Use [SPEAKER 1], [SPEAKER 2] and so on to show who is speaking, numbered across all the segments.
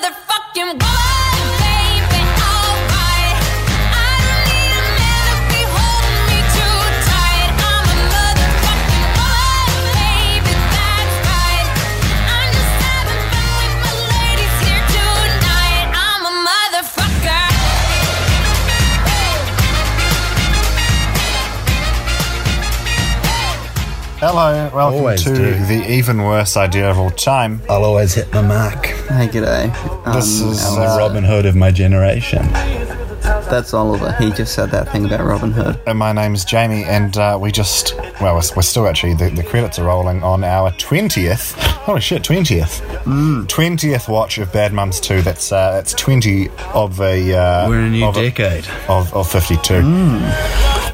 [SPEAKER 1] fucking woman, baby. Alright, I don't need a man to be holding me too tight. I'm a motherfucking woman, baby. That's right. I'm just having fun with my ladies here tonight. I'm a motherfucker.
[SPEAKER 2] Hello, welcome
[SPEAKER 3] Always
[SPEAKER 2] to
[SPEAKER 3] do.
[SPEAKER 2] the even worse idea of all time.
[SPEAKER 3] I'll always hit the mark.
[SPEAKER 4] Hey, g'day. Um,
[SPEAKER 2] This is,
[SPEAKER 4] and,
[SPEAKER 2] uh,
[SPEAKER 4] uh,
[SPEAKER 3] Robin Hood of my generation.
[SPEAKER 4] That's Oliver. He just said that thing about Robin Hood.
[SPEAKER 2] And uh, my name's Jamie, and uh, we just, well, we're, we're still actually, the, the credits are rolling on our 20th, holy shit, 20th.
[SPEAKER 3] Hmm.
[SPEAKER 2] 20th watch of Bad Mums 2. That's uh, it's 20 of a. Uh,
[SPEAKER 3] We're in a new
[SPEAKER 2] of
[SPEAKER 3] decade. Hmm.
[SPEAKER 2] of, of 52.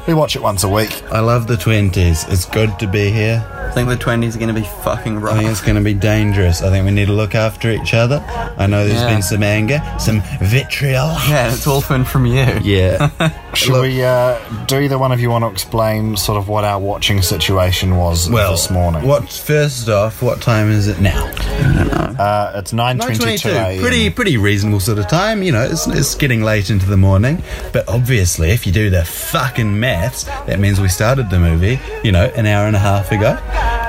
[SPEAKER 2] We watch it once a week.
[SPEAKER 3] I love the 20s. It's good to be here.
[SPEAKER 4] I think the 20s are going to be fucking
[SPEAKER 3] I
[SPEAKER 4] rough.
[SPEAKER 3] think it's going to be dangerous. I think we need to look after each other. I know there's
[SPEAKER 4] Yeah.
[SPEAKER 3] been some anger, some vitriol.
[SPEAKER 4] Yeah, and it's all fun from you.
[SPEAKER 3] Yeah.
[SPEAKER 2] Should we, uh, do either one of you want to explain sort of what our watching situation was
[SPEAKER 3] well,
[SPEAKER 2] this morning?
[SPEAKER 3] What, first off, what time is it now?
[SPEAKER 2] Uh, it's 9.22 a.m.
[SPEAKER 3] Pretty, pretty reasonable sort of time. You know, it's, it's getting late into the morning. But obviously, if you do the fucking maths, that means we started the movie, you know, an hour and a half ago.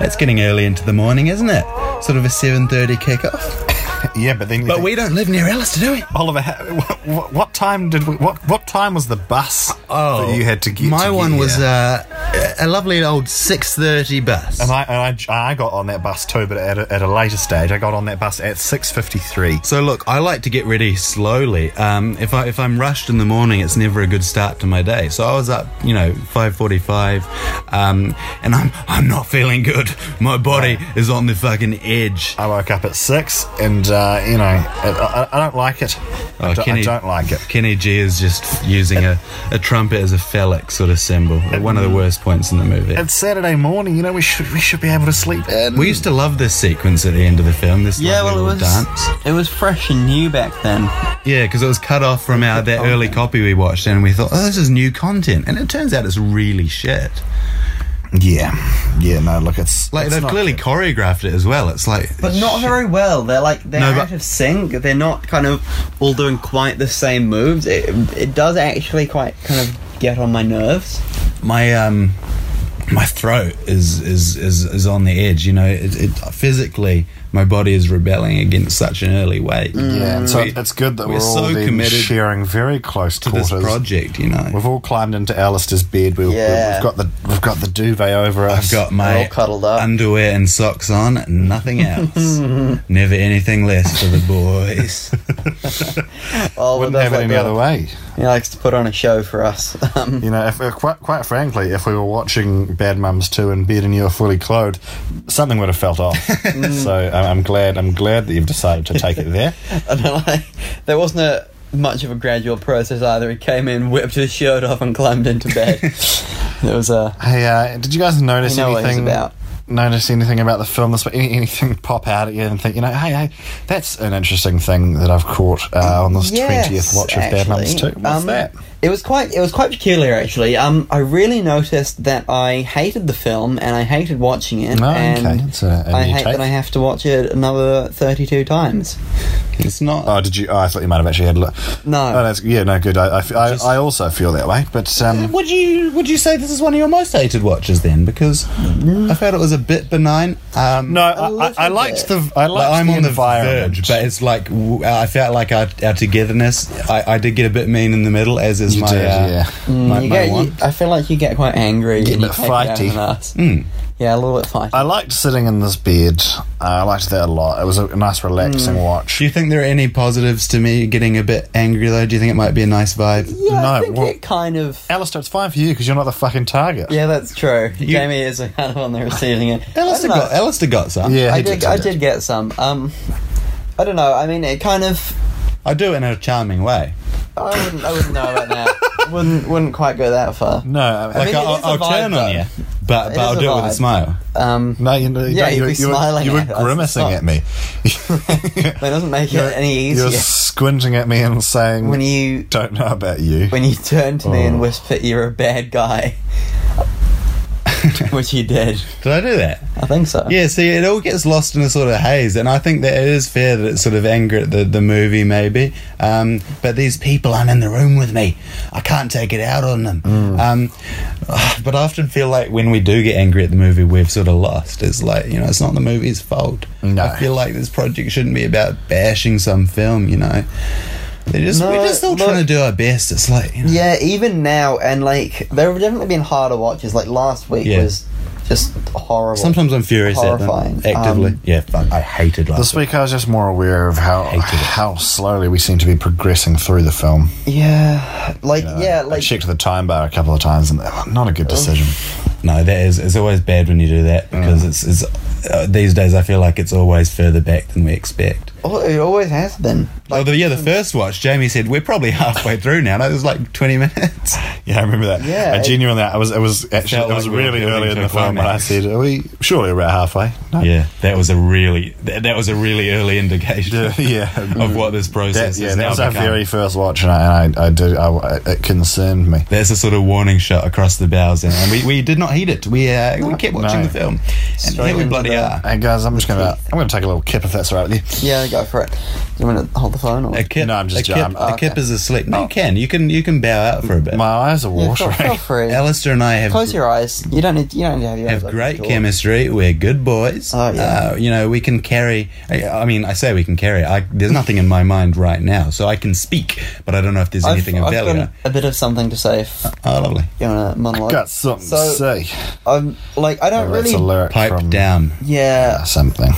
[SPEAKER 3] That's getting early into the morning, isn't it? Sort of a 7.30 kickoff.
[SPEAKER 2] Yeah, but then you
[SPEAKER 3] But
[SPEAKER 2] think-
[SPEAKER 3] we don't live near Ellis, do we?
[SPEAKER 2] Oliver, ha- what, what, what time did we, what what time was the bus that you had to get?
[SPEAKER 3] Oh, My
[SPEAKER 2] to get
[SPEAKER 3] one was
[SPEAKER 2] here?
[SPEAKER 3] uh, a lovely old 6.30 bus.
[SPEAKER 2] and I, and I I got on that bus too, but at a, at a later stage, I got on that bus at six fifty three.
[SPEAKER 3] So look, I like to get ready slowly. Um, if I if I'm rushed in the morning, it's never a good start to my day. So I was up, you know, five forty-five, um, and I'm I'm not feeling good. My body is on the fucking edge.
[SPEAKER 2] I woke up at six, and uh, you know, I, I, I don't like it. I, don't, I don't like it.
[SPEAKER 3] Kenny G is just using a, a trumpet as a phallic sort of symbol. One of the worst points in the movie.
[SPEAKER 2] It's Saturday morning. You know, we should we should be able to sleep in.
[SPEAKER 3] We used to love this sequence at the end of the film. This
[SPEAKER 4] Yeah,
[SPEAKER 3] lovely
[SPEAKER 4] well, it was
[SPEAKER 3] little dance.
[SPEAKER 4] it was fresh and new back then.
[SPEAKER 3] Yeah, because it was cut off from our that early copy we watched, and we thought, oh, this is new content, and it turns out it's really shit.
[SPEAKER 2] yeah, yeah. No, look, it's
[SPEAKER 3] Like
[SPEAKER 2] it's
[SPEAKER 3] they've
[SPEAKER 2] not
[SPEAKER 3] clearly
[SPEAKER 2] good.
[SPEAKER 3] choreographed it as well. It's like,
[SPEAKER 4] But not very well. They're like they're
[SPEAKER 3] No,
[SPEAKER 4] out
[SPEAKER 3] but-
[SPEAKER 4] of sync. They're not kind of all doing quite the same moves. It, it does actually quite kind of get on my nerves.
[SPEAKER 3] my um, my throat is is is, is on the edge. You know, it, it physically, my body is rebelling against such an early wake.
[SPEAKER 2] Yeah, and so
[SPEAKER 3] We-
[SPEAKER 2] it's good that
[SPEAKER 3] we're
[SPEAKER 2] we're, all
[SPEAKER 3] so
[SPEAKER 2] then
[SPEAKER 3] committed
[SPEAKER 2] sharing very close
[SPEAKER 3] to this
[SPEAKER 2] quarters.
[SPEAKER 3] project. You know,
[SPEAKER 2] We've all climbed into Alistair's bed. We,
[SPEAKER 4] Yeah.
[SPEAKER 2] We've got the we've got the duvet over us.
[SPEAKER 3] I've got
[SPEAKER 4] We're
[SPEAKER 3] my
[SPEAKER 4] all cuddled up.
[SPEAKER 3] underwear and socks on, and nothing else. Never anything less for the boys.
[SPEAKER 4] Oh,
[SPEAKER 2] wouldn't
[SPEAKER 4] but
[SPEAKER 2] have it
[SPEAKER 4] that's
[SPEAKER 2] any
[SPEAKER 4] like
[SPEAKER 2] other
[SPEAKER 4] the-
[SPEAKER 2] way.
[SPEAKER 4] He likes to put on a show for us. Um,
[SPEAKER 2] You know, if, if quite, quite frankly, if we were watching Bad Mums Two in bed and you were fully clothed, something would have felt off.
[SPEAKER 4] Mm-hmm.
[SPEAKER 2] so I'm, I'm glad I'm glad that you've decided to take it there.
[SPEAKER 4] I don't like. There wasn't a much of a gradual process either. He came in, whipped his shirt off, and climbed into bed. there was a.
[SPEAKER 2] Hey, uh, did you guys notice
[SPEAKER 4] I know what he's
[SPEAKER 2] anything
[SPEAKER 4] about.
[SPEAKER 2] Notice anything about the film this week? Any, anything pop out at you and think, you know, hey, hey, that's an interesting thing that I've caught uh, on this twentieth watch of Bad Mums Two.
[SPEAKER 4] actually.
[SPEAKER 2] What's
[SPEAKER 4] Um,
[SPEAKER 2] that?
[SPEAKER 4] It was quite. It was quite peculiar, actually. Um, I really noticed that I hated the film and I hated watching it.
[SPEAKER 2] Oh,
[SPEAKER 4] and
[SPEAKER 2] okay. That's a- a
[SPEAKER 4] I
[SPEAKER 2] new
[SPEAKER 4] hate
[SPEAKER 2] take.
[SPEAKER 4] that I have to watch it another thirty-two times.
[SPEAKER 3] It's not.
[SPEAKER 2] Oh, did you? Oh, I thought you might have actually had a look.
[SPEAKER 4] No.
[SPEAKER 2] Oh, that's yeah, no, good. I, I, f- I- I also feel that way, but um,
[SPEAKER 3] Would you would you say this is one of your most hated watches then? Because I felt it was a bit benign. Um,
[SPEAKER 2] no,
[SPEAKER 4] A
[SPEAKER 2] I, I, I
[SPEAKER 4] little
[SPEAKER 2] liked
[SPEAKER 4] bit.
[SPEAKER 2] the. I
[SPEAKER 3] like,
[SPEAKER 2] liked
[SPEAKER 3] I'm
[SPEAKER 2] the
[SPEAKER 3] on the
[SPEAKER 2] environment.
[SPEAKER 3] verge, but it's like w- uh, I felt like our, our togetherness. I, I did get a bit mean in the middle, as is
[SPEAKER 2] You
[SPEAKER 3] my
[SPEAKER 2] did,
[SPEAKER 3] uh,
[SPEAKER 2] yeah.
[SPEAKER 3] my,
[SPEAKER 4] Mm,
[SPEAKER 3] my
[SPEAKER 4] You get- you-
[SPEAKER 3] one.
[SPEAKER 4] I feel like you get quite angry.
[SPEAKER 2] Get
[SPEAKER 4] and
[SPEAKER 2] a
[SPEAKER 4] you
[SPEAKER 2] bit
[SPEAKER 4] take it out
[SPEAKER 2] fighty. Hmm.
[SPEAKER 4] on us. Yeah, a little bit fighty.
[SPEAKER 2] I liked sitting in this bed. Uh, I liked that a lot. It was a nice, relaxing
[SPEAKER 4] Hmm.
[SPEAKER 2] watch.
[SPEAKER 3] Do you think there are any positives to me getting a bit angry though? Do you think it might be a nice vibe?
[SPEAKER 4] yeah, I
[SPEAKER 2] no,
[SPEAKER 4] think
[SPEAKER 2] well-
[SPEAKER 4] it kind of.
[SPEAKER 2] Alistair, it's fine for you because you're not the fucking target.
[SPEAKER 4] Yeah, that's true. Jamie is kind of on the receiving end.
[SPEAKER 3] Alistair
[SPEAKER 4] I don't know.
[SPEAKER 3] got Alistair got some.
[SPEAKER 2] Yeah,
[SPEAKER 4] I
[SPEAKER 2] he
[SPEAKER 4] did.
[SPEAKER 2] he
[SPEAKER 4] I did get some. Um, I don't know. I mean, it kind of.
[SPEAKER 3] I do in a charming way.
[SPEAKER 4] I wouldn't. I wouldn't know about that. wouldn't. Wouldn't quite go that far.
[SPEAKER 2] No, I
[SPEAKER 3] Like
[SPEAKER 4] mean, it
[SPEAKER 3] I,
[SPEAKER 4] is a
[SPEAKER 3] will
[SPEAKER 4] vibe,
[SPEAKER 3] turn on
[SPEAKER 4] though.
[SPEAKER 3] you, but,
[SPEAKER 4] It
[SPEAKER 3] but I'll
[SPEAKER 4] is a
[SPEAKER 3] do it with a
[SPEAKER 4] vibe.
[SPEAKER 3] smile.
[SPEAKER 4] Um,
[SPEAKER 2] no, you, no,
[SPEAKER 4] Yeah,
[SPEAKER 2] you,
[SPEAKER 4] you'd be
[SPEAKER 2] you, were-
[SPEAKER 4] smiling
[SPEAKER 2] you were
[SPEAKER 4] at us.
[SPEAKER 2] grimacing
[SPEAKER 4] Stop.
[SPEAKER 2] at me.
[SPEAKER 4] that doesn't make it any
[SPEAKER 2] You're
[SPEAKER 4] easier.
[SPEAKER 2] squinting at me and saying,
[SPEAKER 4] When you
[SPEAKER 2] "Don't know about you."
[SPEAKER 4] when you turn to me
[SPEAKER 2] Oh.
[SPEAKER 4] and whisper, "You're a bad guy." which he did.
[SPEAKER 3] Did I do that?
[SPEAKER 4] I think so.
[SPEAKER 3] Yeah, see, it all gets lost in a sort of haze, and I think that it is fair that it's sort of anger at the, the movie, maybe. Um, but these people aren't in the room with me. I can't take it out on them.
[SPEAKER 4] Mm.
[SPEAKER 3] Um, but I often feel like when we do get angry at the movie, we've sort of lost. It's like, you know, it's not the movie's fault.
[SPEAKER 2] No.
[SPEAKER 3] I feel like this project shouldn't be about bashing some film, you know. They're just,
[SPEAKER 4] No,
[SPEAKER 3] we're just all
[SPEAKER 4] look-
[SPEAKER 3] trying to do our best. It's like, you know,
[SPEAKER 4] Yeah, even now, and like there have definitely been harder watches. Like last week
[SPEAKER 3] Yeah.
[SPEAKER 4] was just horrible.
[SPEAKER 3] sometimes I'm furious
[SPEAKER 4] Horrifying.
[SPEAKER 3] at them. Actively.
[SPEAKER 4] Um,
[SPEAKER 3] yeah, fuck, I hated last
[SPEAKER 2] This week I was just more aware of how how slowly we seem to be progressing through the film.
[SPEAKER 4] yeah, like
[SPEAKER 2] I
[SPEAKER 4] yeah, like
[SPEAKER 2] checked the time bar a couple of times, and oh, not a good decision.
[SPEAKER 3] No, that is. It's always bad when you do that
[SPEAKER 4] Mm.
[SPEAKER 3] because it's, it's uh, these days. I feel like it's always further back than we expect.
[SPEAKER 4] oh, it always has been.
[SPEAKER 3] Like, yeah, the first watch, Jamie said we're probably halfway through now. No, it was like twenty minutes.
[SPEAKER 2] Yeah, I remember that.
[SPEAKER 4] Yeah,
[SPEAKER 2] I
[SPEAKER 4] it-
[SPEAKER 2] genuinely, I was, it was actually,
[SPEAKER 3] Felt
[SPEAKER 2] it was
[SPEAKER 3] like we were
[SPEAKER 2] really
[SPEAKER 3] building
[SPEAKER 2] early in
[SPEAKER 3] to a
[SPEAKER 2] the film when I
[SPEAKER 3] climax.
[SPEAKER 2] said, "Are we surely about halfway?" No.
[SPEAKER 3] Yeah, that was a really that, that was a really early indication
[SPEAKER 2] Yeah, yeah.
[SPEAKER 3] of what this process
[SPEAKER 2] That,
[SPEAKER 3] is
[SPEAKER 2] yeah,
[SPEAKER 3] now
[SPEAKER 2] that was our
[SPEAKER 3] become.
[SPEAKER 2] very first watch, and I, and I, I did. I, it concerned me.
[SPEAKER 3] That's a sort of warning shot across the bows, and, and we, we did not heed it. We uh, we kept watching
[SPEAKER 2] No.
[SPEAKER 3] the film, and
[SPEAKER 4] Straight
[SPEAKER 3] here we
[SPEAKER 4] into
[SPEAKER 3] bloody
[SPEAKER 4] the-
[SPEAKER 3] are.
[SPEAKER 2] Hey guys, I'm just gonna, I'm gonna take a little kip if that's all right with you.
[SPEAKER 4] Yeah, go for it. Do you want to hold the phone or?
[SPEAKER 3] A kip,
[SPEAKER 2] No, I'm just-
[SPEAKER 3] a kip,
[SPEAKER 2] I'm-
[SPEAKER 3] a kip
[SPEAKER 4] Oh, okay.
[SPEAKER 3] is asleep. No, you can you can you can bow out for a bit.
[SPEAKER 2] My eyes are
[SPEAKER 4] Yeah, feel,
[SPEAKER 2] watering.
[SPEAKER 4] feel free.
[SPEAKER 3] Alistair and I have
[SPEAKER 4] Close your eyes. You don't need. You don't need to have your eyes
[SPEAKER 3] have
[SPEAKER 4] open
[SPEAKER 3] great
[SPEAKER 4] at all.
[SPEAKER 3] chemistry. We're good boys.
[SPEAKER 4] Oh, yeah.
[SPEAKER 3] Uh, you know, we can carry. I I mean, I say we can carry. I, there's nothing in my mind right now, so I can speak, but I don't know if there's
[SPEAKER 4] I've,
[SPEAKER 3] anything of
[SPEAKER 4] I've got
[SPEAKER 3] value.
[SPEAKER 4] a, a bit of something to say. If
[SPEAKER 3] Oh, lovely.
[SPEAKER 4] you want to monologue?
[SPEAKER 2] Got something
[SPEAKER 4] So-
[SPEAKER 2] to say.
[SPEAKER 4] I'm like I don't
[SPEAKER 2] Oh, That's
[SPEAKER 4] really.
[SPEAKER 2] a lyric
[SPEAKER 3] Pipe
[SPEAKER 2] from
[SPEAKER 3] down.
[SPEAKER 4] yeah.
[SPEAKER 2] something.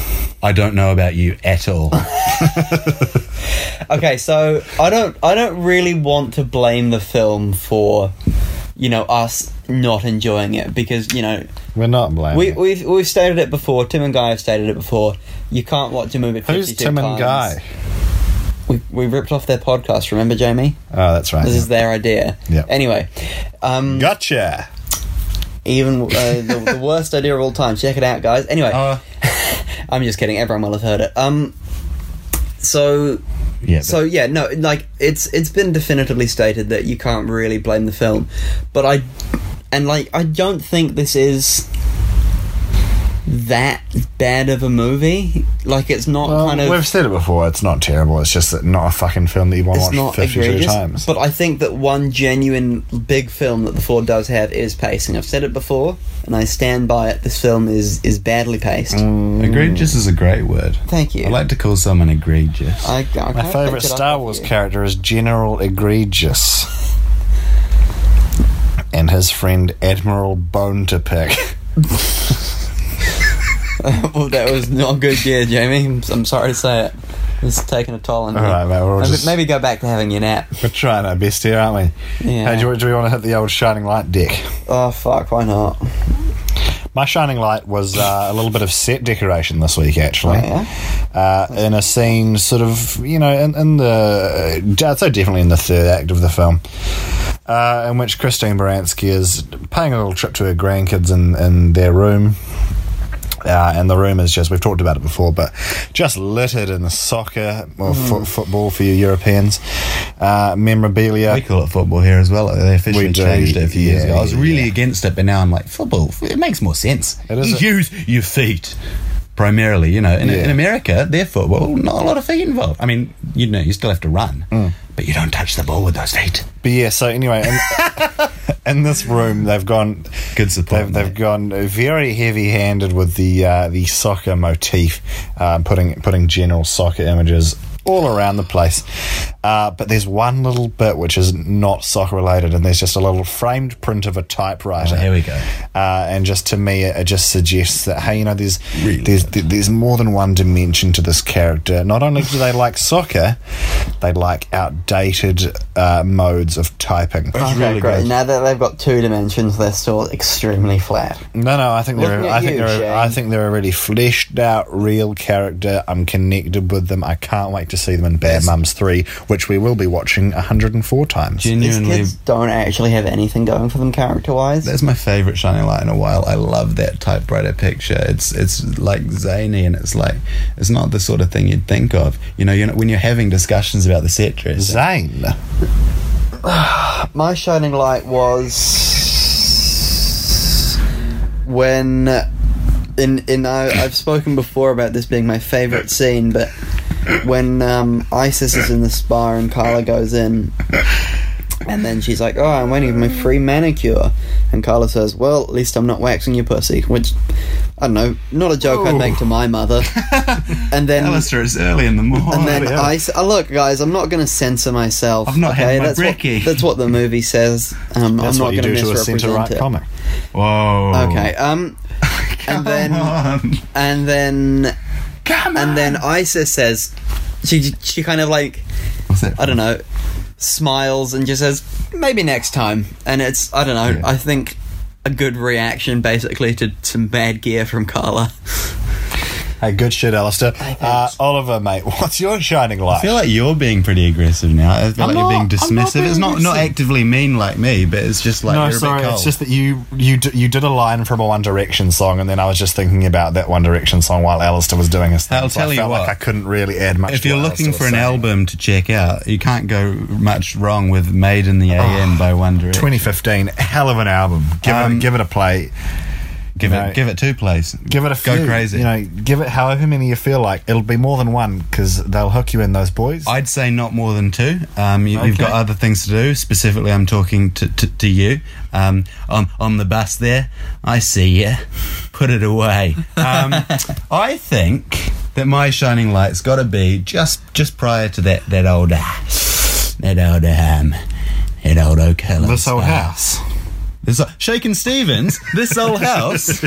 [SPEAKER 3] I don't know about you at all.
[SPEAKER 4] Okay, so I don't I don't really want to blame the film for you know us not enjoying it because you know
[SPEAKER 2] We're not blaming.
[SPEAKER 4] we
[SPEAKER 2] it.
[SPEAKER 4] we've, we've stated it before. Tim and Guy have stated it before. You can't watch a movie. 52
[SPEAKER 2] Who's Tim and
[SPEAKER 4] times.
[SPEAKER 2] Guy?
[SPEAKER 4] We, we ripped off their podcast. Remember, Jamie?
[SPEAKER 2] Oh, that's right.
[SPEAKER 4] This is their idea.
[SPEAKER 2] Yeah.
[SPEAKER 4] Anyway, um,
[SPEAKER 2] Gotcha.
[SPEAKER 4] even uh, the, the worst idea of all time. Check it out, guys. Anyway,
[SPEAKER 2] Oh.
[SPEAKER 3] Uh,
[SPEAKER 4] I'm just kidding. Everyone will have heard it. Um, so
[SPEAKER 3] yeah.
[SPEAKER 4] So
[SPEAKER 3] but-
[SPEAKER 4] yeah, no, like it's it's been definitively stated that you can't really blame the film, but I and like I don't think this is that bad of a movie. Like it's not
[SPEAKER 2] Well,
[SPEAKER 4] kind of
[SPEAKER 2] we've said it before. It's not terrible. It's just that not a fucking film that you want
[SPEAKER 4] it's
[SPEAKER 2] to watch
[SPEAKER 4] not
[SPEAKER 2] fifty-two
[SPEAKER 4] egregious,
[SPEAKER 2] times.
[SPEAKER 4] but I think that one genuine big film that the Ford does have is pacing. I've said it before, and I stand by it. This film is is badly paced.
[SPEAKER 2] Mm.
[SPEAKER 3] egregious is a great word.
[SPEAKER 4] Thank you.
[SPEAKER 3] I like to call someone egregious.
[SPEAKER 4] I, I
[SPEAKER 2] My favourite
[SPEAKER 4] can't pick it up
[SPEAKER 2] Star
[SPEAKER 4] with
[SPEAKER 2] Wars
[SPEAKER 4] you.
[SPEAKER 2] character is General Egregious. And his friend Admiral Bone to Pick.
[SPEAKER 4] well, that was not a good year, Jamie. I'm, I'm sorry to say it. It's taking a toll on you.
[SPEAKER 2] Alright, mate, we're all
[SPEAKER 4] maybe,
[SPEAKER 2] just-
[SPEAKER 4] maybe go back to having your nap.
[SPEAKER 2] We're trying our best here, aren't we?
[SPEAKER 4] Yeah.
[SPEAKER 2] Hey, do, we- do we want to hit the old shining light deck?
[SPEAKER 4] Oh, fuck, why not?
[SPEAKER 2] My shining light was uh, a little bit of set decoration this week, actually.
[SPEAKER 4] Oh,
[SPEAKER 2] uh, in a scene, sort of, you know, in, in the. uh, I'd say definitely in the third act of the film, uh, in which Christine Baranski is paying a little trip to her grandkids in, in their room. Uh, and the room is just, we've talked about it before, but just littered in soccer or fo- football for you Europeans, uh, memorabilia.
[SPEAKER 3] we call it football here as well. They officially
[SPEAKER 2] We do,
[SPEAKER 3] changed it a few years
[SPEAKER 2] yeah,
[SPEAKER 3] ago. I was really
[SPEAKER 2] yeah.
[SPEAKER 3] against it, but now I'm like, football, it makes more sense.
[SPEAKER 2] It is a-
[SPEAKER 3] Use your feet. Primarily, you know, in,
[SPEAKER 2] Yeah.
[SPEAKER 3] in America, their football, not a lot of feet involved. I mean, you know, you still have to run,
[SPEAKER 2] Mm.
[SPEAKER 3] but you don't touch the ball with those feet.
[SPEAKER 2] But yeah, so anyway, in, in this room, they've gone.
[SPEAKER 3] Good support,
[SPEAKER 2] They've, they've
[SPEAKER 3] mate.
[SPEAKER 2] gone very heavy-handed with the uh, the soccer motif, uh, putting putting general soccer images all around the place. Uh, but there's one little bit which is not soccer related, and there's just a little framed print of a typewriter.
[SPEAKER 3] Oh, here we go.
[SPEAKER 2] Uh, and just to me, it, it just suggests that hey, you know, there's
[SPEAKER 3] Really
[SPEAKER 2] there's th- there's more than one dimension to this character. Not only do they like soccer, they like outdated uh, modes of typing.
[SPEAKER 4] Okay, great. Now that they've got two dimensions, they're still extremely flat.
[SPEAKER 2] No, no, I think they're
[SPEAKER 4] Looking at
[SPEAKER 2] I think
[SPEAKER 4] you,
[SPEAKER 2] they're
[SPEAKER 4] Shane.
[SPEAKER 2] I think they're a really fleshed out real character. I'm connected with them. I can't wait to see them in Bad Mums Three, which we will be watching 104 times.
[SPEAKER 4] These
[SPEAKER 3] Genuinely,
[SPEAKER 4] kids don't actually have anything going for them character wise.
[SPEAKER 3] that's my favourite shining light in a while. I love that typewriter picture. It's it's like zany and it's like it's not the sort of thing you'd think of. You know, you're not, when you're having discussions about the set dress,
[SPEAKER 2] Zane.
[SPEAKER 4] My shining light was. when in in I, I've spoken before about this being my favorite scene, but when um, Isis is in the spa and Carla goes in. And then she's like, "Oh, I'm waiting for my free manicure," and Carla says, "Well, at least I'm not waxing your pussy," which I don't know, not a joke I'd
[SPEAKER 2] Ooh.
[SPEAKER 4] make to my mother. and then
[SPEAKER 3] Alistair, it's early in the morning.
[SPEAKER 4] and then
[SPEAKER 2] yeah.
[SPEAKER 4] I s- oh, look, guys. I'm not going to censor myself.
[SPEAKER 3] I've not had my
[SPEAKER 4] that's
[SPEAKER 3] brekkie.
[SPEAKER 4] What, that's what the movie says. Um,
[SPEAKER 2] That's
[SPEAKER 4] I'm not
[SPEAKER 2] what you
[SPEAKER 4] going
[SPEAKER 2] do to a
[SPEAKER 4] misrepresent
[SPEAKER 2] centre-right
[SPEAKER 4] it.
[SPEAKER 2] comic.
[SPEAKER 3] Whoa.
[SPEAKER 4] Okay. Um,
[SPEAKER 3] Come
[SPEAKER 4] and then
[SPEAKER 3] on.
[SPEAKER 4] and then
[SPEAKER 3] Come on.
[SPEAKER 4] and then Isis says, she she kind of like
[SPEAKER 3] What's that?
[SPEAKER 4] I don't know, smiles and just says maybe next time. And it's I don't know.
[SPEAKER 3] Yeah.
[SPEAKER 4] I think a good reaction basically to some bad gear from Carla.
[SPEAKER 2] Hey, good shit, Alistair. Uh, Oliver, mate, what's your shining light?
[SPEAKER 3] I feel like you're being pretty aggressive now. I feel
[SPEAKER 2] I'm
[SPEAKER 3] like you're being
[SPEAKER 2] not- I'm not
[SPEAKER 3] dismissive.
[SPEAKER 2] being
[SPEAKER 3] it's not not
[SPEAKER 2] aggressive.
[SPEAKER 3] actively mean like me, but it's just like
[SPEAKER 2] no,
[SPEAKER 3] you're a
[SPEAKER 2] sorry.
[SPEAKER 3] bit cold.
[SPEAKER 2] It's just that you you d- you did a line from a One Direction song, and then I was just thinking about that One Direction song while Alistair was doing his thing.
[SPEAKER 3] I'll
[SPEAKER 2] so
[SPEAKER 3] tell
[SPEAKER 2] I
[SPEAKER 3] you
[SPEAKER 2] felt
[SPEAKER 3] what.
[SPEAKER 2] like I couldn't really add much.
[SPEAKER 3] if
[SPEAKER 2] to
[SPEAKER 3] you're
[SPEAKER 2] what Alistair
[SPEAKER 3] looking for
[SPEAKER 2] was
[SPEAKER 3] an
[SPEAKER 2] saying.
[SPEAKER 3] album to check out, you can't go much wrong with Made in the
[SPEAKER 2] Ah.
[SPEAKER 3] AM by One Direction.
[SPEAKER 2] 2015, hell of an album. Give
[SPEAKER 3] Um,
[SPEAKER 2] it give it a play.
[SPEAKER 3] give
[SPEAKER 2] you
[SPEAKER 3] it,
[SPEAKER 2] know,
[SPEAKER 3] give it two plays.
[SPEAKER 2] Give it a
[SPEAKER 3] go
[SPEAKER 2] few,
[SPEAKER 3] crazy.
[SPEAKER 2] You know, give it however many you feel like. It'll be more than one because they'll hook you in those boys.
[SPEAKER 3] I'd say not more than two. Um, you, You've
[SPEAKER 2] Okay.
[SPEAKER 3] got other things to do. Specifically, I'm talking to, to, to you. Um, on, on the bus there, I see you. Put it away. Um, I think that my shining light's got to be just just prior to that that old uh, that old um, that old O'Callum.
[SPEAKER 2] this whole
[SPEAKER 3] spa.
[SPEAKER 2] house.
[SPEAKER 3] This o- Shaken Stevens. This old house.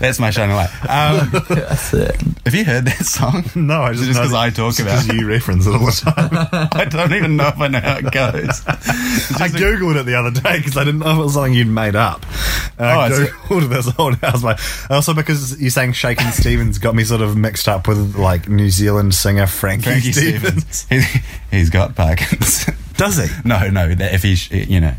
[SPEAKER 3] That's my shining light. Um,
[SPEAKER 4] That's it.
[SPEAKER 3] have you heard that song?
[SPEAKER 2] No, I
[SPEAKER 3] Is it just because I talk about.
[SPEAKER 2] because you reference it all the time.
[SPEAKER 3] I don't even know if I know how it goes.
[SPEAKER 2] I googled it the other day because I didn't know if it was something you'd made up. And I
[SPEAKER 3] Oh, it's-
[SPEAKER 2] googled this whole house. By, also, because you saying Shaking Stevens got me sort of mixed up with like New Zealand singer Frankie,
[SPEAKER 3] Frankie
[SPEAKER 2] Stevens.
[SPEAKER 3] Stevens. He's- he's got Parkinson's.
[SPEAKER 2] Does he?
[SPEAKER 3] no, no. That if he's, you know,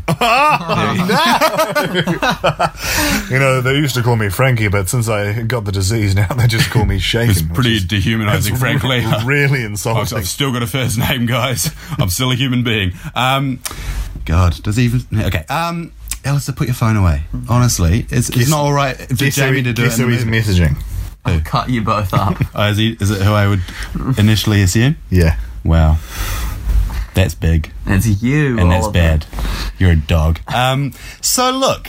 [SPEAKER 2] You know, they used to call me Frankie, but since I got the disease, now they just call me Shaking.
[SPEAKER 3] it's
[SPEAKER 2] which
[SPEAKER 3] pretty
[SPEAKER 2] is-
[SPEAKER 3] dehumanising.
[SPEAKER 2] it's
[SPEAKER 3] Frankly,
[SPEAKER 2] re- really
[SPEAKER 3] I've,
[SPEAKER 2] insulting.
[SPEAKER 3] I've still got a first name, guys. I'm still a human being. Um, God, does he even? Okay. Um, Alistair, put your phone away. Honestly, it's, it's not all right for
[SPEAKER 2] Guess who,
[SPEAKER 3] Jamie
[SPEAKER 2] he-
[SPEAKER 3] to do
[SPEAKER 2] guess
[SPEAKER 3] it. in
[SPEAKER 2] who
[SPEAKER 3] the
[SPEAKER 2] he's
[SPEAKER 3] movie.
[SPEAKER 2] messaging?
[SPEAKER 4] Cut you both up.
[SPEAKER 3] Oh, is, he, is it who I would initially assume?
[SPEAKER 2] Yeah.
[SPEAKER 3] Wow, that's big.
[SPEAKER 4] It's you.
[SPEAKER 2] Oh,
[SPEAKER 3] and that's bad.
[SPEAKER 4] Oliver.
[SPEAKER 3] You're a dog. Um, so look,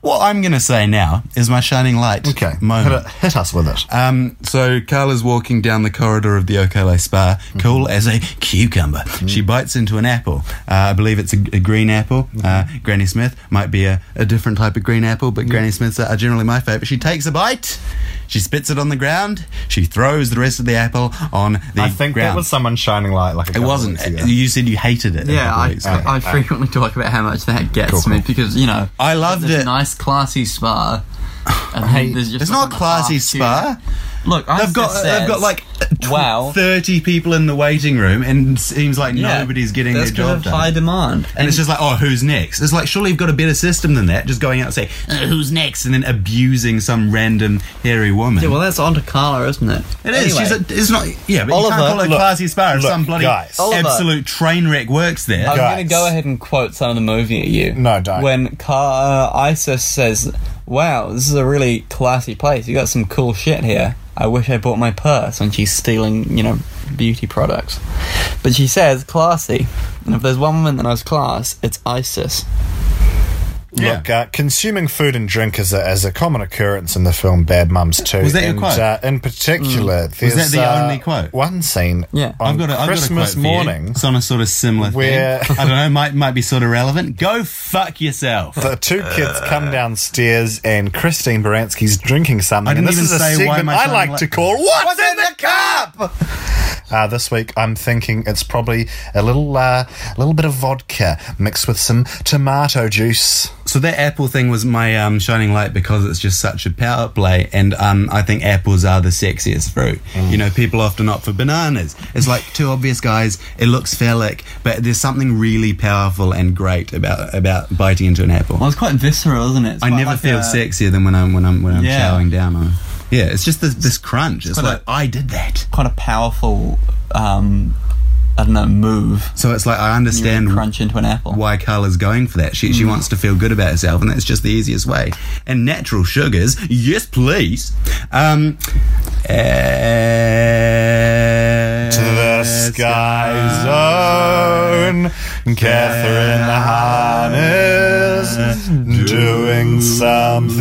[SPEAKER 3] what I'm going to say now is my shining light.
[SPEAKER 2] Okay. Hit,
[SPEAKER 3] moment.
[SPEAKER 2] it- hit us with it.
[SPEAKER 3] Um, so Carla's walking down the corridor of the Okele Spa, cool as a cucumber.
[SPEAKER 2] Mm-hmm.
[SPEAKER 3] She bites into an apple. Uh, I believe it's a, a green apple.
[SPEAKER 2] Mm-hmm.
[SPEAKER 3] Uh, Granny Smith might be a, a different type of green apple, but Granny Smiths are generally my favourite. She takes a bite. She spits it on the ground. She throws the rest of the apple on the
[SPEAKER 2] I think
[SPEAKER 3] ground.
[SPEAKER 2] that was someone shining light like a
[SPEAKER 3] it
[SPEAKER 2] couple of
[SPEAKER 3] wasn't.
[SPEAKER 2] weeks ago.
[SPEAKER 3] You said you hated it. a
[SPEAKER 4] Yeah,
[SPEAKER 3] couple
[SPEAKER 4] I,
[SPEAKER 3] weeks ago.
[SPEAKER 4] I, I frequently talk about how much that gets
[SPEAKER 2] Cool,
[SPEAKER 4] me
[SPEAKER 2] cool.
[SPEAKER 4] because you know
[SPEAKER 3] I loved
[SPEAKER 4] there's
[SPEAKER 3] it.
[SPEAKER 4] A nice, classy spa. And then there's just
[SPEAKER 3] It's not
[SPEAKER 4] like a
[SPEAKER 3] classy
[SPEAKER 4] half
[SPEAKER 3] spa.
[SPEAKER 4] tier. Look, I
[SPEAKER 3] They've got they've got like tw-
[SPEAKER 4] wow.
[SPEAKER 3] thirty people in the waiting room, and it seems like
[SPEAKER 4] Yeah,
[SPEAKER 3] nobody's getting their
[SPEAKER 4] that's 'cause
[SPEAKER 3] job
[SPEAKER 4] of High
[SPEAKER 3] done.
[SPEAKER 4] demand,
[SPEAKER 3] And it's just like, oh, who's next? It's like, surely you've got a better system than that. Just going out and saying, uh, who's next? And then abusing some random hairy woman.
[SPEAKER 4] yeah, well, that's on to Carla, isn't it?
[SPEAKER 3] it is.
[SPEAKER 4] Anyway,
[SPEAKER 3] She's a, it's not. Yeah, but
[SPEAKER 4] Oliver,
[SPEAKER 3] you can't call it a
[SPEAKER 2] look,
[SPEAKER 3] classy spa if
[SPEAKER 2] look,
[SPEAKER 3] some bloody
[SPEAKER 2] guys.
[SPEAKER 4] Oliver.
[SPEAKER 3] absolute train wreck works there.
[SPEAKER 4] I'm going
[SPEAKER 2] Guys.
[SPEAKER 4] to go ahead and quote some of the movie at you.
[SPEAKER 2] No, don't.
[SPEAKER 4] When Car- uh, Isis says, "Wow, this is a really classy place. You got some cool shit here. I wish I bought my purse." And she's stealing, you know, beauty products. But she says, "Classy." And if there's one woman that knows class, it's Isis.
[SPEAKER 3] Yeah.
[SPEAKER 2] Look, uh, consuming food and drink is a, is a common occurrence in the film Bad Mums too.
[SPEAKER 3] Was that your
[SPEAKER 2] and,
[SPEAKER 3] quote? Mm.
[SPEAKER 2] Uh, in particular, there's
[SPEAKER 3] that the
[SPEAKER 2] uh,
[SPEAKER 3] only quote?
[SPEAKER 2] One scene
[SPEAKER 4] Yeah.
[SPEAKER 2] on
[SPEAKER 3] I've got a, I've
[SPEAKER 2] Christmas
[SPEAKER 3] got a quote for you.
[SPEAKER 2] morning.
[SPEAKER 3] It's on a sort of similar
[SPEAKER 2] Where-
[SPEAKER 3] thing. I don't know. Might might be sort of relevant. Go fuck yourself.
[SPEAKER 2] The two kids come downstairs and Christine Baranski's drinking something.
[SPEAKER 3] I
[SPEAKER 2] and
[SPEAKER 3] didn't
[SPEAKER 2] this is
[SPEAKER 3] even
[SPEAKER 2] a
[SPEAKER 3] say why
[SPEAKER 2] segment
[SPEAKER 3] my
[SPEAKER 2] I
[SPEAKER 3] son
[SPEAKER 2] like
[SPEAKER 3] li-
[SPEAKER 2] to call What's, in the Cup? Uh, this week, I'm thinking it's probably a little, uh, little bit of vodka mixed with some tomato juice.
[SPEAKER 3] So that Apple thing was my um, shining light because it's just such a power play, and um, I think apples are the sexiest fruit.
[SPEAKER 4] Mm.
[SPEAKER 3] You know, people often opt for bananas. It's like too obvious, guys. It looks phallic, but there's something really powerful and great about about biting into an apple.
[SPEAKER 4] Well, it's quite visceral, isn't it? It's
[SPEAKER 3] I
[SPEAKER 4] quite
[SPEAKER 3] never
[SPEAKER 4] like
[SPEAKER 3] feel
[SPEAKER 4] a-
[SPEAKER 3] sexier than when I'm when I'm when I'm
[SPEAKER 4] Yeah.
[SPEAKER 3] chowing down on. it. Yeah, it's just this, this crunch. It's
[SPEAKER 4] quite
[SPEAKER 3] like
[SPEAKER 4] a-
[SPEAKER 3] I did that.
[SPEAKER 4] Quite a powerful um,
[SPEAKER 5] I don't know, move.
[SPEAKER 3] So it's like I
[SPEAKER 5] And
[SPEAKER 3] understand
[SPEAKER 5] crunch into an apple.
[SPEAKER 3] why Carla's going for that. She she
[SPEAKER 5] Hmm.
[SPEAKER 3] wants to feel good about herself, and that's just the easiest way. And natural sugars, yes, please. Um, to
[SPEAKER 2] to the sky zone. Catherine Hahn is doing something.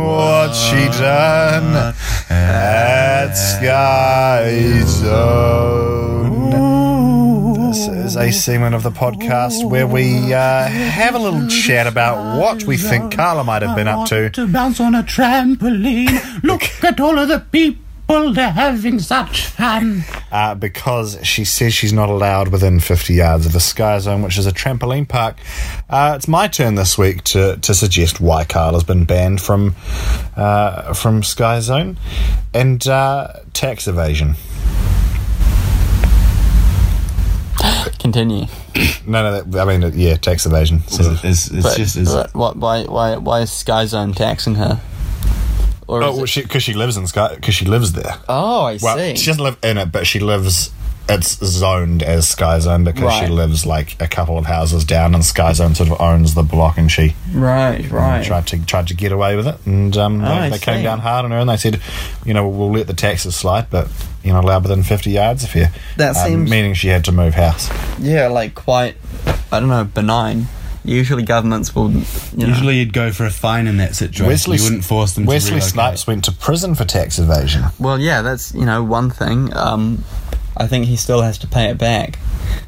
[SPEAKER 2] What she done at Sky Zone. This is a segment of the podcast where we uh, have a little chat about what we think Carla might have been up to.
[SPEAKER 6] to bounce on a trampoline. Look at all of the people, they're having such fun.
[SPEAKER 2] uh, because she says she's not allowed within 50 yards of the Sky Zone, which is a trampoline park. Uh, it's my turn this week to, to suggest why Carl has been banned from uh, from Sky Zone and uh, tax evasion.
[SPEAKER 5] Continue.
[SPEAKER 2] No, no, that, I mean, uh, yeah, tax evasion. So-
[SPEAKER 3] It's, it's
[SPEAKER 5] But,
[SPEAKER 3] just it's,
[SPEAKER 5] but what, why, why, why is Sky Zone taxing her? Or is
[SPEAKER 2] oh,
[SPEAKER 5] it-
[SPEAKER 2] because she, lives in Sky, because she lives there.
[SPEAKER 5] oh, I
[SPEAKER 2] Well,
[SPEAKER 5] see.
[SPEAKER 2] she doesn't live in it, but she lives. It's zoned as Sky Zone because
[SPEAKER 5] Right.
[SPEAKER 2] she lives like a couple of houses down, and Sky Zone sort of owns the block, and she
[SPEAKER 5] right, right.
[SPEAKER 2] tried to tried to get away with it, and um,
[SPEAKER 5] Oh, I
[SPEAKER 2] they, they came
[SPEAKER 5] see.
[SPEAKER 2] down hard on her, and they said, you know, we'll let the taxes slide, but you know, allowed within fifty yards if you.
[SPEAKER 5] That seems-
[SPEAKER 2] meaning she had to move house.
[SPEAKER 5] Yeah, like quite, I don't know, benign. Usually governments will, you know,
[SPEAKER 3] usually you'd go for a fine in that situation. you wouldn't force them. to
[SPEAKER 2] Wesley
[SPEAKER 3] relocate.
[SPEAKER 2] Snipes went to prison for tax evasion.
[SPEAKER 5] Well, yeah, that's you know one thing. Um, I think he still has to pay it back.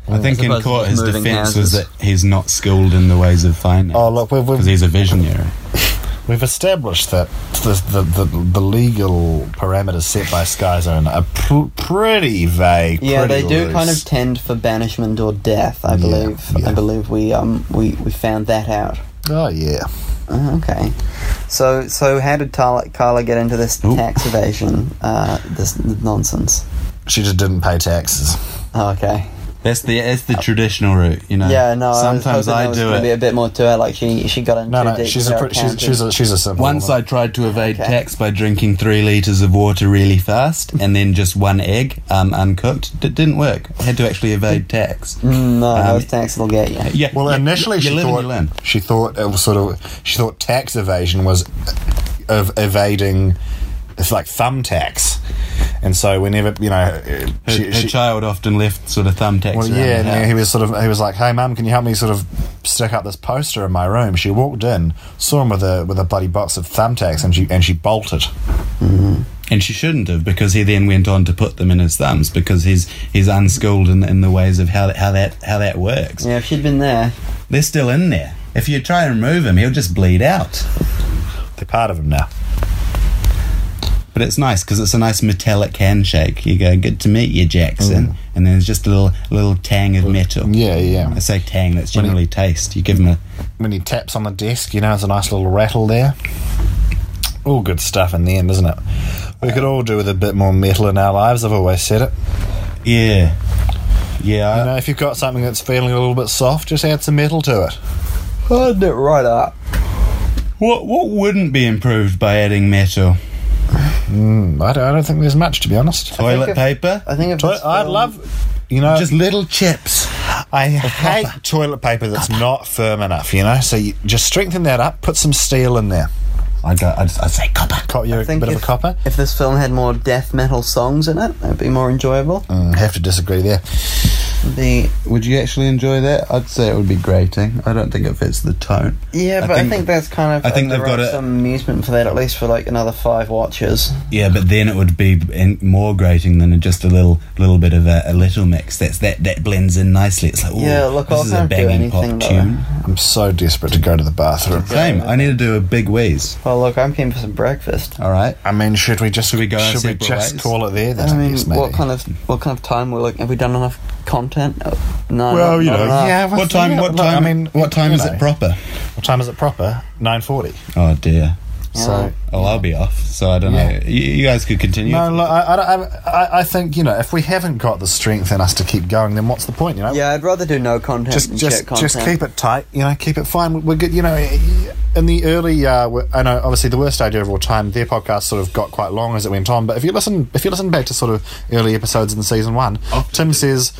[SPEAKER 3] I think
[SPEAKER 5] As
[SPEAKER 3] in
[SPEAKER 5] opposed to
[SPEAKER 3] court
[SPEAKER 5] just
[SPEAKER 3] his
[SPEAKER 5] moving
[SPEAKER 3] defense
[SPEAKER 5] houses.
[SPEAKER 3] was that he's not skilled in the ways of finance.
[SPEAKER 2] Oh look, we've
[SPEAKER 3] because
[SPEAKER 2] we've,
[SPEAKER 3] he's a visionary.
[SPEAKER 2] we've established that the the, the the legal parameters set by Sky Zone are pr- pretty vague.
[SPEAKER 4] Yeah,
[SPEAKER 2] pretty
[SPEAKER 4] they do kind
[SPEAKER 2] loose.
[SPEAKER 4] of tend for banishment or death. I believe.
[SPEAKER 2] yeah.
[SPEAKER 4] I believe we um we, we found that out.
[SPEAKER 2] Oh yeah.
[SPEAKER 4] Oh,
[SPEAKER 5] Uh,
[SPEAKER 4] okay. So so how did Carla, Carla get into this tax evasion? Uh, this nonsense.
[SPEAKER 2] She just didn't pay taxes.
[SPEAKER 4] Oh, okay.
[SPEAKER 3] That's the that's the traditional route, you know.
[SPEAKER 4] Yeah, no.
[SPEAKER 3] Sometimes
[SPEAKER 4] I,
[SPEAKER 3] I,
[SPEAKER 4] was hoping there was
[SPEAKER 3] do
[SPEAKER 4] gonna Be a
[SPEAKER 3] it.
[SPEAKER 4] bit more to her. Like she she got into
[SPEAKER 2] No, no,
[SPEAKER 4] deep
[SPEAKER 2] she's a
[SPEAKER 4] with her
[SPEAKER 2] pretty, she's,
[SPEAKER 4] accountant.
[SPEAKER 2] she's a she's a simple.
[SPEAKER 3] Once I tried to evade
[SPEAKER 4] Okay.
[SPEAKER 3] tax by drinking three liters of water really fast and then just one egg, um, uncooked. It didn't work. I had to actually evade tax.
[SPEAKER 4] Mm, no,
[SPEAKER 3] Um,
[SPEAKER 4] those taxes will get you.
[SPEAKER 3] Yeah.
[SPEAKER 2] Well,
[SPEAKER 3] yeah,
[SPEAKER 2] initially
[SPEAKER 3] you
[SPEAKER 2] she
[SPEAKER 3] live and
[SPEAKER 2] thought
[SPEAKER 3] you learn.
[SPEAKER 2] she thought it was sort of she thought tax evasion was of evading it's like thumb tax, and so whenever you know uh,
[SPEAKER 3] Her,
[SPEAKER 2] she,
[SPEAKER 3] her
[SPEAKER 2] she-
[SPEAKER 3] child often left sort of thumbtacks.
[SPEAKER 2] well
[SPEAKER 3] around
[SPEAKER 2] yeah,
[SPEAKER 3] the
[SPEAKER 2] and he
[SPEAKER 3] house.
[SPEAKER 2] was sort of he was like, hey mum, can you help me sort of stick up this poster in my room? She walked in, saw him with a with a bloody box of thumbtacks, and she and she bolted.
[SPEAKER 3] and she shouldn't have because he then went on to put them in his thumbs because he's he's unschooled in, in the ways of how that, how that how that works.
[SPEAKER 4] Yeah, if she'd been there,
[SPEAKER 3] They're still in there. If you try and remove him, he'll just bleed out.
[SPEAKER 2] They're part of him now.
[SPEAKER 3] But it's nice because it's a nice metallic handshake. You go, "Good to meet you, Jackson," and then it's just a little little tang of metal.
[SPEAKER 2] Mm. Yeah, yeah.
[SPEAKER 3] I say tang. That's generally taste. You give him a
[SPEAKER 2] When he taps on the desk, you know, it's a nice little rattle there. All good stuff in the end, isn't it? We could all do with a bit more metal in our lives. I've always said it.
[SPEAKER 3] yeah, yeah.
[SPEAKER 2] You know, if you've got something that's feeling a little bit soft, just add some metal to it.
[SPEAKER 4] hood it right up.
[SPEAKER 3] What what wouldn't be improved by adding metal?
[SPEAKER 2] Mm, I, don't, I don't think there's much, to be honest.
[SPEAKER 3] Toilet
[SPEAKER 4] if-
[SPEAKER 3] paper.
[SPEAKER 4] I think if
[SPEAKER 2] Toi-
[SPEAKER 4] this
[SPEAKER 2] I'd
[SPEAKER 4] film-
[SPEAKER 2] love, you know,
[SPEAKER 3] just little chips.
[SPEAKER 2] I hate toilet paper that's not firm enough. You know, so you just strengthen that up, put some steel in there.
[SPEAKER 3] I go. I just, I say copper.
[SPEAKER 2] Cop you a bit
[SPEAKER 4] think
[SPEAKER 2] of a copper.
[SPEAKER 4] If this film had more death metal songs in it, it'd be more enjoyable.
[SPEAKER 2] Mm, have to disagree there.
[SPEAKER 4] It'd be
[SPEAKER 3] Would you actually enjoy that? I'd say it would be grating. I don't think it fits the tone.
[SPEAKER 4] yeah,
[SPEAKER 3] I
[SPEAKER 4] but
[SPEAKER 3] think-
[SPEAKER 4] I think that's kind of
[SPEAKER 3] I think
[SPEAKER 4] uh,
[SPEAKER 3] they've
[SPEAKER 4] there
[SPEAKER 3] got
[SPEAKER 4] are
[SPEAKER 3] it-
[SPEAKER 4] some amusement for that at least for like another five watches.
[SPEAKER 3] Yeah, but then it would be in- more grating than just a little little bit of a, a little mix. That's that that blends in nicely. It's like ooh,
[SPEAKER 4] Yeah, look,
[SPEAKER 3] this
[SPEAKER 4] I
[SPEAKER 3] is a
[SPEAKER 4] can't do
[SPEAKER 3] banging
[SPEAKER 4] anything,
[SPEAKER 3] pop
[SPEAKER 4] though.
[SPEAKER 3] tune.
[SPEAKER 2] I'm so desperate to go to the bathroom.
[SPEAKER 3] Same. I need to do a big wheeze.
[SPEAKER 4] Well, look, I'm keen for some breakfast.
[SPEAKER 3] All right.
[SPEAKER 2] I mean, should we just
[SPEAKER 3] Should we go our
[SPEAKER 2] Should we
[SPEAKER 3] separate
[SPEAKER 2] just
[SPEAKER 3] ways?
[SPEAKER 2] call it there? Then
[SPEAKER 4] I mean,
[SPEAKER 2] guess, maybe.
[SPEAKER 3] eh?
[SPEAKER 4] what kind of what kind of time we're looking? Have we done enough content? Uh, No.
[SPEAKER 2] Well,
[SPEAKER 4] not-
[SPEAKER 2] you
[SPEAKER 4] not
[SPEAKER 2] know,
[SPEAKER 4] enough.
[SPEAKER 2] yeah.
[SPEAKER 3] What time? What
[SPEAKER 2] look,
[SPEAKER 3] time?
[SPEAKER 2] I mean,
[SPEAKER 3] what time
[SPEAKER 2] you
[SPEAKER 3] is
[SPEAKER 2] know.
[SPEAKER 3] it proper?
[SPEAKER 2] What time is it proper? Nine forty.
[SPEAKER 3] Oh dear.
[SPEAKER 2] So.
[SPEAKER 3] Oh, I'll be off. So I don't
[SPEAKER 2] Yeah.
[SPEAKER 3] know. You, you guys could continue.
[SPEAKER 2] No, look, I, I, don't- I, I- I think you know if we haven't got the strength in us to keep going, then what's the point? You know,
[SPEAKER 4] Yeah, I'd rather do no content.
[SPEAKER 2] Oh. just
[SPEAKER 4] than shit
[SPEAKER 2] just
[SPEAKER 4] content.
[SPEAKER 2] just keep it tight. You know, keep it fine. We're good. You know, in the early, uh, w- I know obviously the worst idea of all time. Their podcast sort of got quite long as it went on, but if you listen, if you listen back to sort of early episodes in season one, Tim says,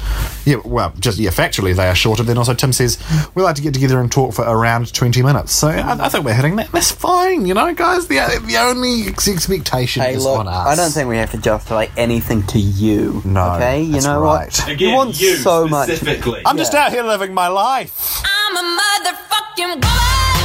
[SPEAKER 2] yeah, well, just yeah, factually they are shorter. Then also Tim says we like to get together and talk for around twenty minutes. So I, I think we're hitting that. That's fine, you know, guys. The the only ex- expectation
[SPEAKER 4] Hey,
[SPEAKER 2] is
[SPEAKER 4] look,
[SPEAKER 2] on us.
[SPEAKER 4] I don't think we have to justify anything to you.
[SPEAKER 2] No,
[SPEAKER 4] Okay, you
[SPEAKER 2] that's
[SPEAKER 4] know
[SPEAKER 2] right.
[SPEAKER 4] what?
[SPEAKER 7] Again,
[SPEAKER 4] you want
[SPEAKER 7] you
[SPEAKER 4] so much.
[SPEAKER 7] specifically.
[SPEAKER 2] I'm just out here living my life.
[SPEAKER 1] I'm a motherfucking woman.